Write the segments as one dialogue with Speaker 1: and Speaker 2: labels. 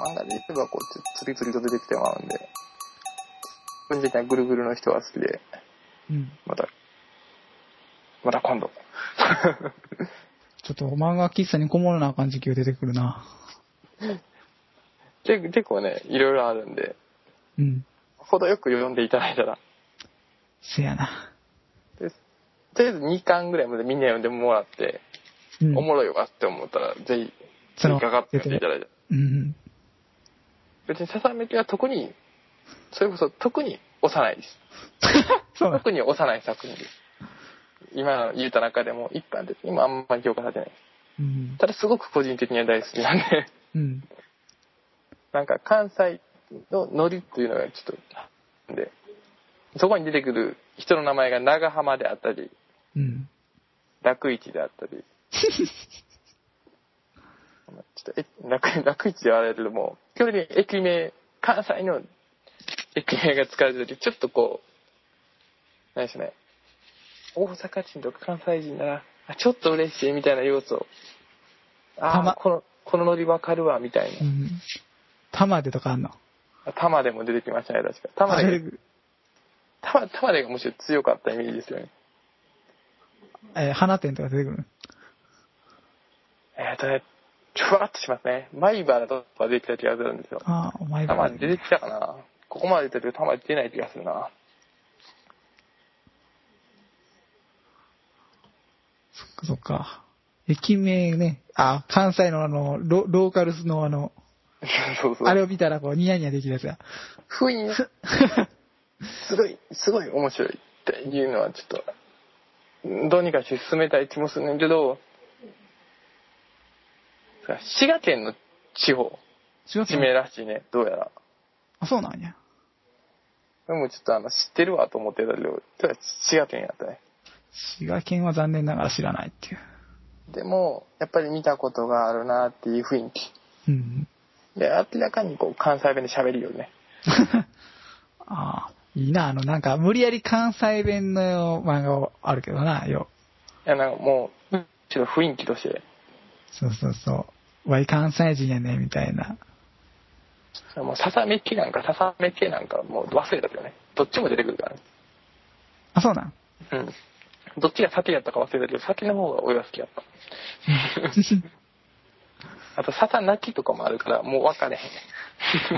Speaker 1: 漫画で言えばこう、つ次々と出てきてまうんで、個人的なぐるぐるの人は好きで、
Speaker 2: うん。
Speaker 1: また、また今度。
Speaker 2: ちょっと漫画喫茶にこもらなあかん時期が出てくるな。
Speaker 1: 結結構ね、いろいろあるんで、
Speaker 2: うん。
Speaker 1: 程よく読んでいただいたら、
Speaker 2: せやな。
Speaker 1: でとりあえず2巻ぐらいまでみんな読んでもらって、
Speaker 2: うん。
Speaker 1: おもろいわって思ったら、ぜひ、
Speaker 2: その
Speaker 1: かかってみていただいて。
Speaker 2: うん。
Speaker 1: 別にささめきは特に、それこそ特に幼いです。
Speaker 2: そうだ。
Speaker 1: 特に幼い作品です。今の言うた中でも一般的にもあんまり評価されてないです。
Speaker 2: うん。
Speaker 1: ただすごく個人的には大好きなんで、
Speaker 2: うん。
Speaker 1: なんか関西のノリっていうのがちょっと、で、そこに出てくる人の名前が長浜であったり、
Speaker 2: うん。
Speaker 1: 楽市であったり、ちょっとえ楽楽市ではあれけども、基本的に駅名、関西の駅名が使われてる時ちょっとこう、何でしょうね、大阪人とか関西人なら、あちょっと嬉しいみたいな要素を、あ
Speaker 2: た
Speaker 1: ー、
Speaker 2: ま
Speaker 1: この、このノリわかるわ、みたい
Speaker 2: うん。玉でとかあんの
Speaker 1: な。玉でも出てきましたね、確か。玉
Speaker 2: あ
Speaker 1: で
Speaker 2: れ、
Speaker 1: 玉玉でがむしろ強かったイメージですよね。
Speaker 2: えー花店とか出てくる
Speaker 1: えっ、とね、ちょわっとしますね。マイバラとか出てきた気がするんですよ。
Speaker 2: ああ、お前
Speaker 1: 玉出
Speaker 2: で。
Speaker 1: てきたかなここまで出てると玉出ない気がするな。
Speaker 2: そっかそっか。駅名ね。あ、関西のあの、ロローカルスのあの、
Speaker 1: そうそう。
Speaker 2: あれを見たらこう、ニヤニヤできるやつや。
Speaker 1: 不 意に、すごい、すごい面白いっていうのはちょっと、どうにかして進めたい気もするねんけど、滋賀県の地方、
Speaker 2: しま
Speaker 1: 地名らしいね、どうやら。
Speaker 2: あ、そうなんや。
Speaker 1: でもちょっとあの、知ってるわと思ってたけど、ただ滋賀県やったね。
Speaker 2: 滋賀県は残念ながら知らないっていう。
Speaker 1: でも、やっぱり見たことがあるなっていう雰囲気。
Speaker 2: うん。
Speaker 1: で、明らかにこう、関西弁で喋るよね。
Speaker 2: ああ、いいな、あの、なんか、無理やり関西弁の漫画はあるけどな、よ。
Speaker 1: いや、なんかもう、むしろ雰囲気として、
Speaker 2: そうそうそう。わい関西人やね、みたいな。
Speaker 1: もう、ささめきなんか、ささめきなんか、もう忘れたけどね。どっちも出てくるからね。
Speaker 2: あ、そう なん。
Speaker 1: うん。どっちが先やったか忘れたけど、先の方が俺は好きや った。あと、サタ泣きとかもあるから、もう分かれ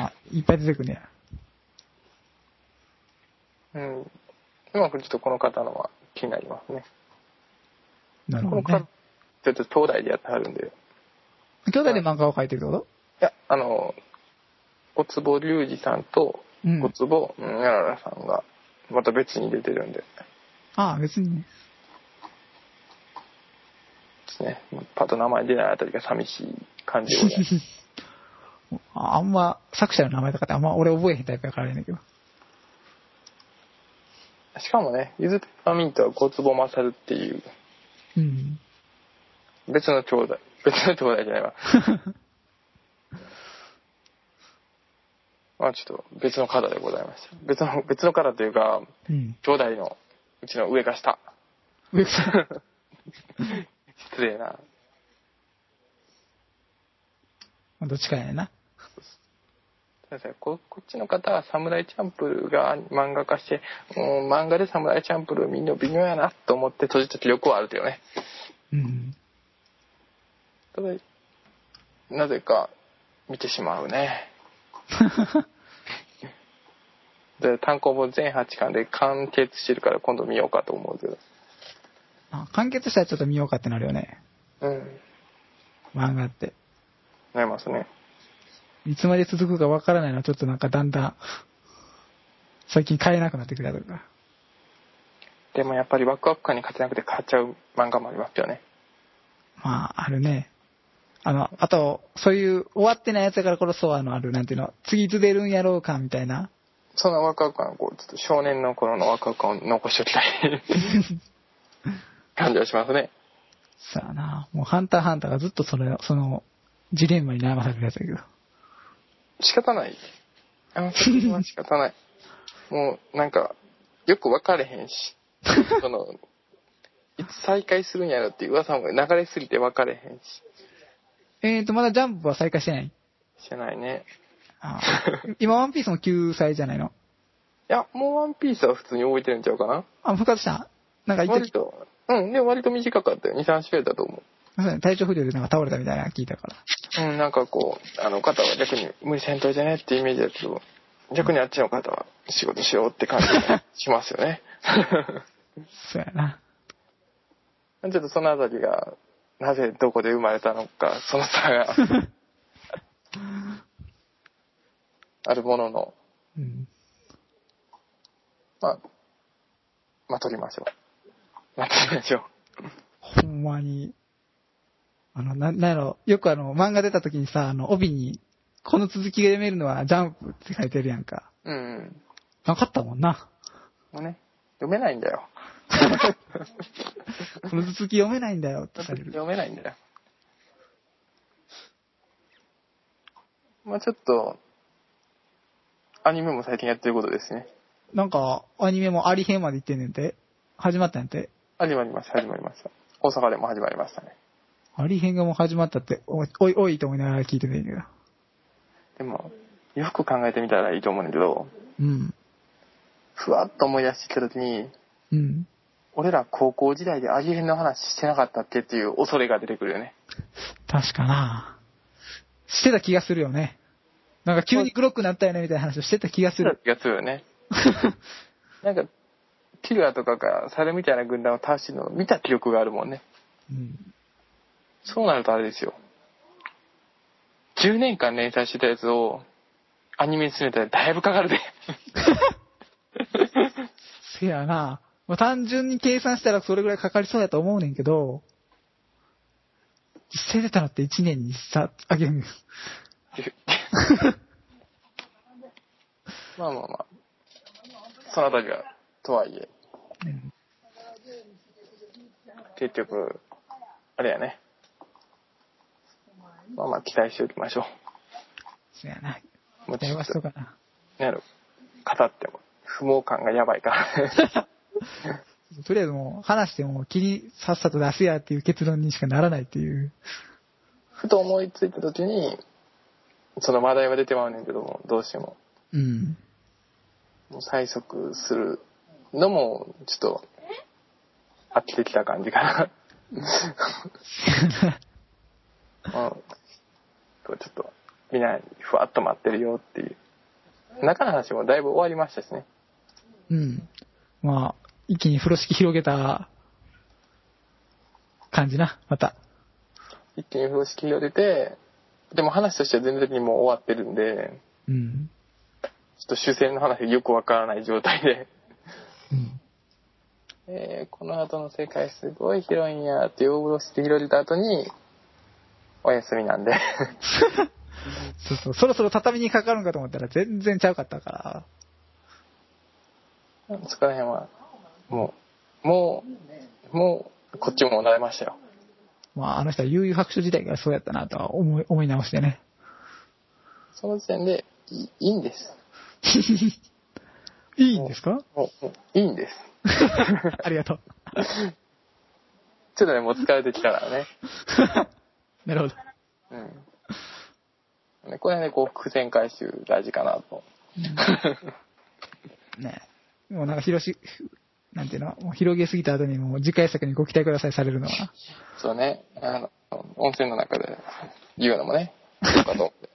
Speaker 2: あ、いっぱい出てくるねや。
Speaker 1: へん。うん。うまくちょっとこの方のは気になりますね。
Speaker 2: なる
Speaker 1: こ
Speaker 2: ほ
Speaker 1: の
Speaker 2: ど
Speaker 1: 方
Speaker 2: ね。、
Speaker 1: ちょっと東大でやってはるんで。い
Speaker 2: 兄弟で漫画を描いてるってこと
Speaker 1: や、あの、小坪隆二さんと、
Speaker 2: うん
Speaker 1: 小坪うん奈良さんが、また別に出てるんで、
Speaker 2: ああ、別にね。
Speaker 1: ですね。パッと名前出ないあたりが寂しい感じをね。
Speaker 2: ああんま、作者の名前とかってあんま俺覚えへんタイプやからあれやねんけど。
Speaker 1: しかもね、ゆずペパーミントは小坪勝っていう、
Speaker 2: うん。
Speaker 1: 別の兄弟。 別の兄弟じゃないわ。まあちょっと別の方でございました。別の、別の方というか、
Speaker 2: うん。
Speaker 1: 兄弟のうちの上か下。
Speaker 2: 上から
Speaker 1: 失礼な。
Speaker 2: どっちかやねんな。
Speaker 1: 先生ここっちの方は「サムライチャンプルー」が漫画化して、うん、漫画で「サムライチャンプルー」みんな微妙やなと思って閉じた記憶はあるけどね
Speaker 2: うん。
Speaker 1: ただなぜか見てしまうねで単行本全8巻で完結してるから今度見ようかと思うけど
Speaker 2: あ完結したらちょっと見ようかってなるよね。
Speaker 1: うん
Speaker 2: 漫画って。
Speaker 1: なりますね
Speaker 2: いつまで続くかわからないのはちょっとなんかだんだん、最近買えなくなってくるやつが。
Speaker 1: でもやっぱりワクワク感に勝てなくて買っちゃう漫画もありますよね
Speaker 2: まあ、あるね。あの、あと、そういう終わってないやつだからこそ、あの、ある、なんていうの、次いつ出るんやろうか、みたいな。
Speaker 1: そのワクワク感をこうちょっと少年の頃のワクワク感を残しておきた い感じはしますね
Speaker 2: さあな、もうハンターハンターがずっとそれ、その、ジレンマに悩まされるやつだけど。
Speaker 1: 仕方ないあの作品は仕方ないもうなんかよく分かれへんしそのいつ再開するんやろっていう噂も流れすぎて分かれへんし
Speaker 2: えーと、まだジャンプは再開してない
Speaker 1: してないね。
Speaker 2: あー今、ワンピースも救済じゃないの
Speaker 1: いや、もうワンピースは普通に置いてるんちゃうかな。
Speaker 2: あ、復活したなんか一
Speaker 1: 割
Speaker 2: 時、
Speaker 1: と、うん、でも割と短かったよ。2、3週やったと思う。
Speaker 2: 体調不良でなんか倒れたみたいなの聞いたから。
Speaker 1: うん、なんかこう、あの、肩は逆に無理せんといてねってイメージだけど、逆にあっちの肩は仕事しようって感じがしますよね。
Speaker 2: そうやな。
Speaker 1: ちょっとそのあたりが、なぜどこで生まれたのか、その差が あるものの、
Speaker 2: うん。
Speaker 1: まあ、まあ取りましょう。まあ取りましょう。
Speaker 2: ほんまに、あの、な、なんやろ、よくあの、漫画出た時にさ、あの、帯に、この続きが読めるのはジャンプって書いてるやんか。
Speaker 1: うんうん。
Speaker 2: なかったもんな。
Speaker 1: もうね、読めないんだよ。
Speaker 2: この続き読めないんだよ ってされる。
Speaker 1: 読めないんだよ。まあちょっと、アニメも最近やってることですね。
Speaker 2: なんか、アニメもあり編まで行ってんねんて。始まったんやって。
Speaker 1: 始まりました、始まりました。大阪でも始まりましたね。
Speaker 2: あり編がもう始まったって、おい、おい、おいと思いながら聞いててんけど。
Speaker 1: でも、よく考えてみたらいいと思うんだけど、
Speaker 2: うん。
Speaker 1: ふわっと思い出してきた時に、
Speaker 2: うん。
Speaker 1: 俺ら高校時代で味変の話してなかったっけっていう恐れが出てくるよね。
Speaker 2: 確かなしてた気がするよね。なんか急に黒くなったよねみたいな話をしてた気がす
Speaker 1: そう
Speaker 2: る。
Speaker 1: やつよ ね。なんか、キルアとかが猿みたいな軍団を倒してるのを見た記憶があるもんね。
Speaker 2: うん。
Speaker 1: そうなるとあれですよ。10年間連載してたやつをアニメに詰めたらだいぶかか るで。
Speaker 2: せやなまあ、単純に計算したらそれぐらいかかりそうやと思うねんけど、実際出たのって1年にさ、あげる。
Speaker 1: まあまあまあ。そのあたりは、とはいえ。
Speaker 2: うん
Speaker 1: 結局、あれやね。まあまあ期待しておきましょ
Speaker 2: せやな。
Speaker 1: う。もうち
Speaker 2: やり
Speaker 1: ょ
Speaker 2: ま
Speaker 1: っ
Speaker 2: し
Speaker 1: と
Speaker 2: と、かな。
Speaker 1: なんやろ、語っても、不毛感がやばいから。
Speaker 2: とりあえずもう話してもう切りさっさと出すやっていう結論にしかならないっていう。
Speaker 1: ふと思いついた時に、その話題は出てまうねんけども、どうしても。
Speaker 2: うん。
Speaker 1: もう催促するのも、ちょっと、飽きてきた感じ かな。うん。ちょっと、みんな、ふわっと待ってるよっていう。中の話もだいぶ終わりましたしね。
Speaker 2: うん。まあ、一気に風呂敷広げた感じな、また。
Speaker 1: 一気に風呂敷を出て、でも話としては全然的にもう終わってるんで、
Speaker 2: う
Speaker 1: ち
Speaker 2: ん。
Speaker 1: ょっと終戦の話がよくわからない状態で、
Speaker 2: うん。
Speaker 1: えーこの後の世界すごい広いんやって大風呂敷広げた後に、お休みなんで。
Speaker 2: そうそう、そろそろ畳にかかるんかと思ったら全然ちゃうかったから。
Speaker 1: そこら辺は、もう、もう、もう、こっちも慣れましたよ。
Speaker 2: まあ、あの人は悠々白書時代からそうやったなとは思い、思い直してね。
Speaker 1: その時点で、いいいいんです。
Speaker 2: いいんですか
Speaker 1: もう、もういいんです。
Speaker 2: ありがとう。
Speaker 1: ちょっとね、もう疲れてきたからね。
Speaker 2: なるほど。
Speaker 1: うん。ね、これね、こう、伏線回収大事かなと。
Speaker 2: ねえもうなんか広し、なんていうのもう広げすぎた後にもう次回作にご期待くださいされるのは。
Speaker 1: そうね、あの、温泉の中で言うのもね、どうかと思って。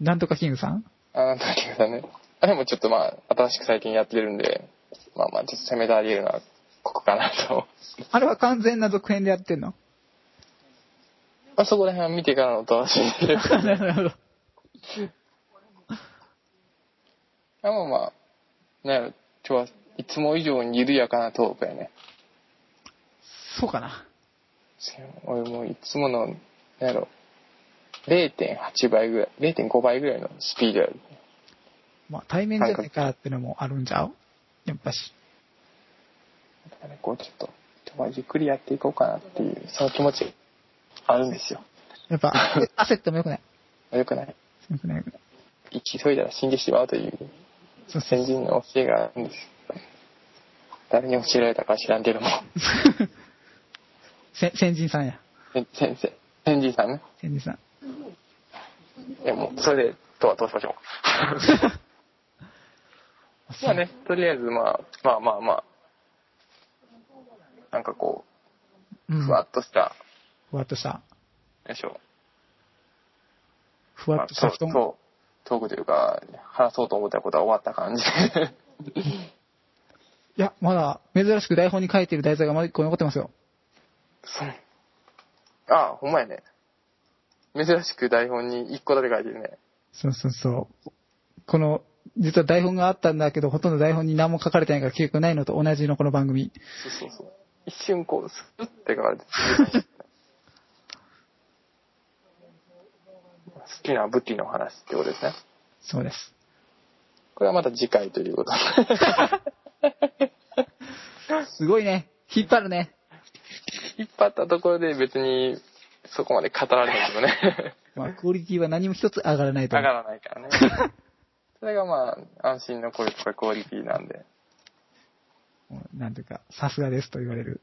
Speaker 2: なんとかキングさん
Speaker 1: あの時はね、あれもちょっとまあ、新しく最近やってるんで、まあまあ、ちょっと攻めてあり得るのは、ここかなと。
Speaker 2: あれは完全な続編でやってんの
Speaker 1: まあ、そこら辺は見てからのお楽しみ で。
Speaker 2: なるほど。
Speaker 1: あまあまあ、なんやろ、今日はいつも以上に緩やかなトークやね。
Speaker 2: そうかな。
Speaker 1: 俺もいつもの、なんやろ、0.8倍ぐらい、0.5倍ぐらいのスピードやる。
Speaker 2: まあ、対面じゃないからってのもあるんじゃうやっぱし。
Speaker 1: だからねこうちょっと、今日はゆっくりやっていこうかなっていう、その気持ち、あるんですよ。
Speaker 2: やっ ぱ、焦ってもよくない。
Speaker 1: よくない。
Speaker 2: よくないよくない。
Speaker 1: 生き急いだら死んでしまうという、
Speaker 2: そうそう
Speaker 1: 先人の教えがあるんです。誰に教えられたか知らんけども、
Speaker 2: せ先人さんや。
Speaker 1: 先先生、先人さんね。
Speaker 2: 先人さん。
Speaker 1: いや、もう、それで、とはどうしましょう。 まあね、とりあえず、まあ、まあまあまあ、なんかこ
Speaker 2: う
Speaker 1: う、
Speaker 2: ん。
Speaker 1: ふわっとした、
Speaker 2: ふわっとした。
Speaker 1: よいしょ、
Speaker 2: ふわっとした布団。
Speaker 1: まあそうトークというか、話そうと思ったことは終わった感じ で。
Speaker 2: いや、まだ、珍しく台本に書いてる題材がまだ一個残ってますよ。
Speaker 1: そう。ああ、ほんまやね。珍しく台本に一個だけ書いてるね。
Speaker 2: そうそうそう。この、実は台本があったんだけど、ほとんど台本に何も書かれてないから記憶ないのと同じのこの番組。
Speaker 1: そうそうそう。一瞬こう、スッって書かれてる好きな武器の話ってことですね。
Speaker 2: そうです。
Speaker 1: これはまた次回ということで。
Speaker 2: すごいね。引っ張るね。
Speaker 1: 引っ張ったところで別にそこまで語られないけど ね。
Speaker 2: まあ、クオリティは何も一つ上がらないと
Speaker 1: 上が
Speaker 2: 思う。
Speaker 1: らないから ね。それがまあ、安心の声とかクオリティなんで。
Speaker 2: もうなんていうか、さすがですと言われる。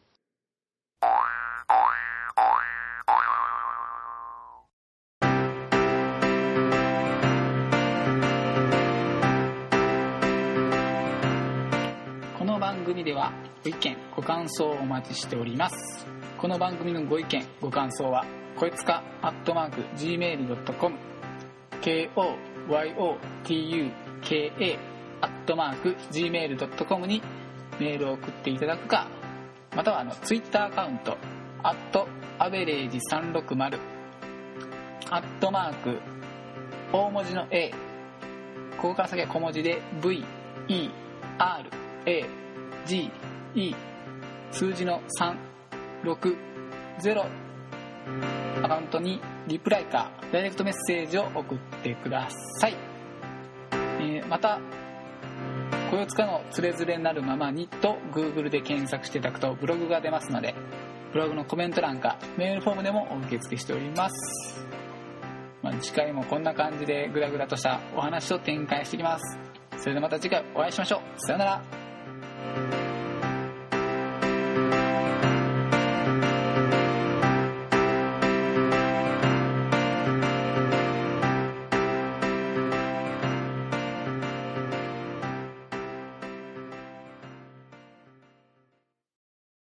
Speaker 3: この番組ではご意見ご感想をお待ちしておりますこの番組のご意見ご感想はこいつかアットマーク Gmail.com KOYOTUKA アットマーク Gmail.com にメールを送っていただくかまたはあのツイッターアカウントアットアベレージ360アットマーク大文字の A ここから先は小文字で VERAGE 数字の360アカウントにリプライかダイレクトメッセージを送ってください、えーまた「こよつかのつれづれなるままに」と Google で検索していただくとブログが出ますのでブログのコメント欄かメールフォームでもお受け付けしておりますまあ、次回もこんな感じでグラグラとしたお話を展開していきますそれではまた次回お会いしましょうさようなら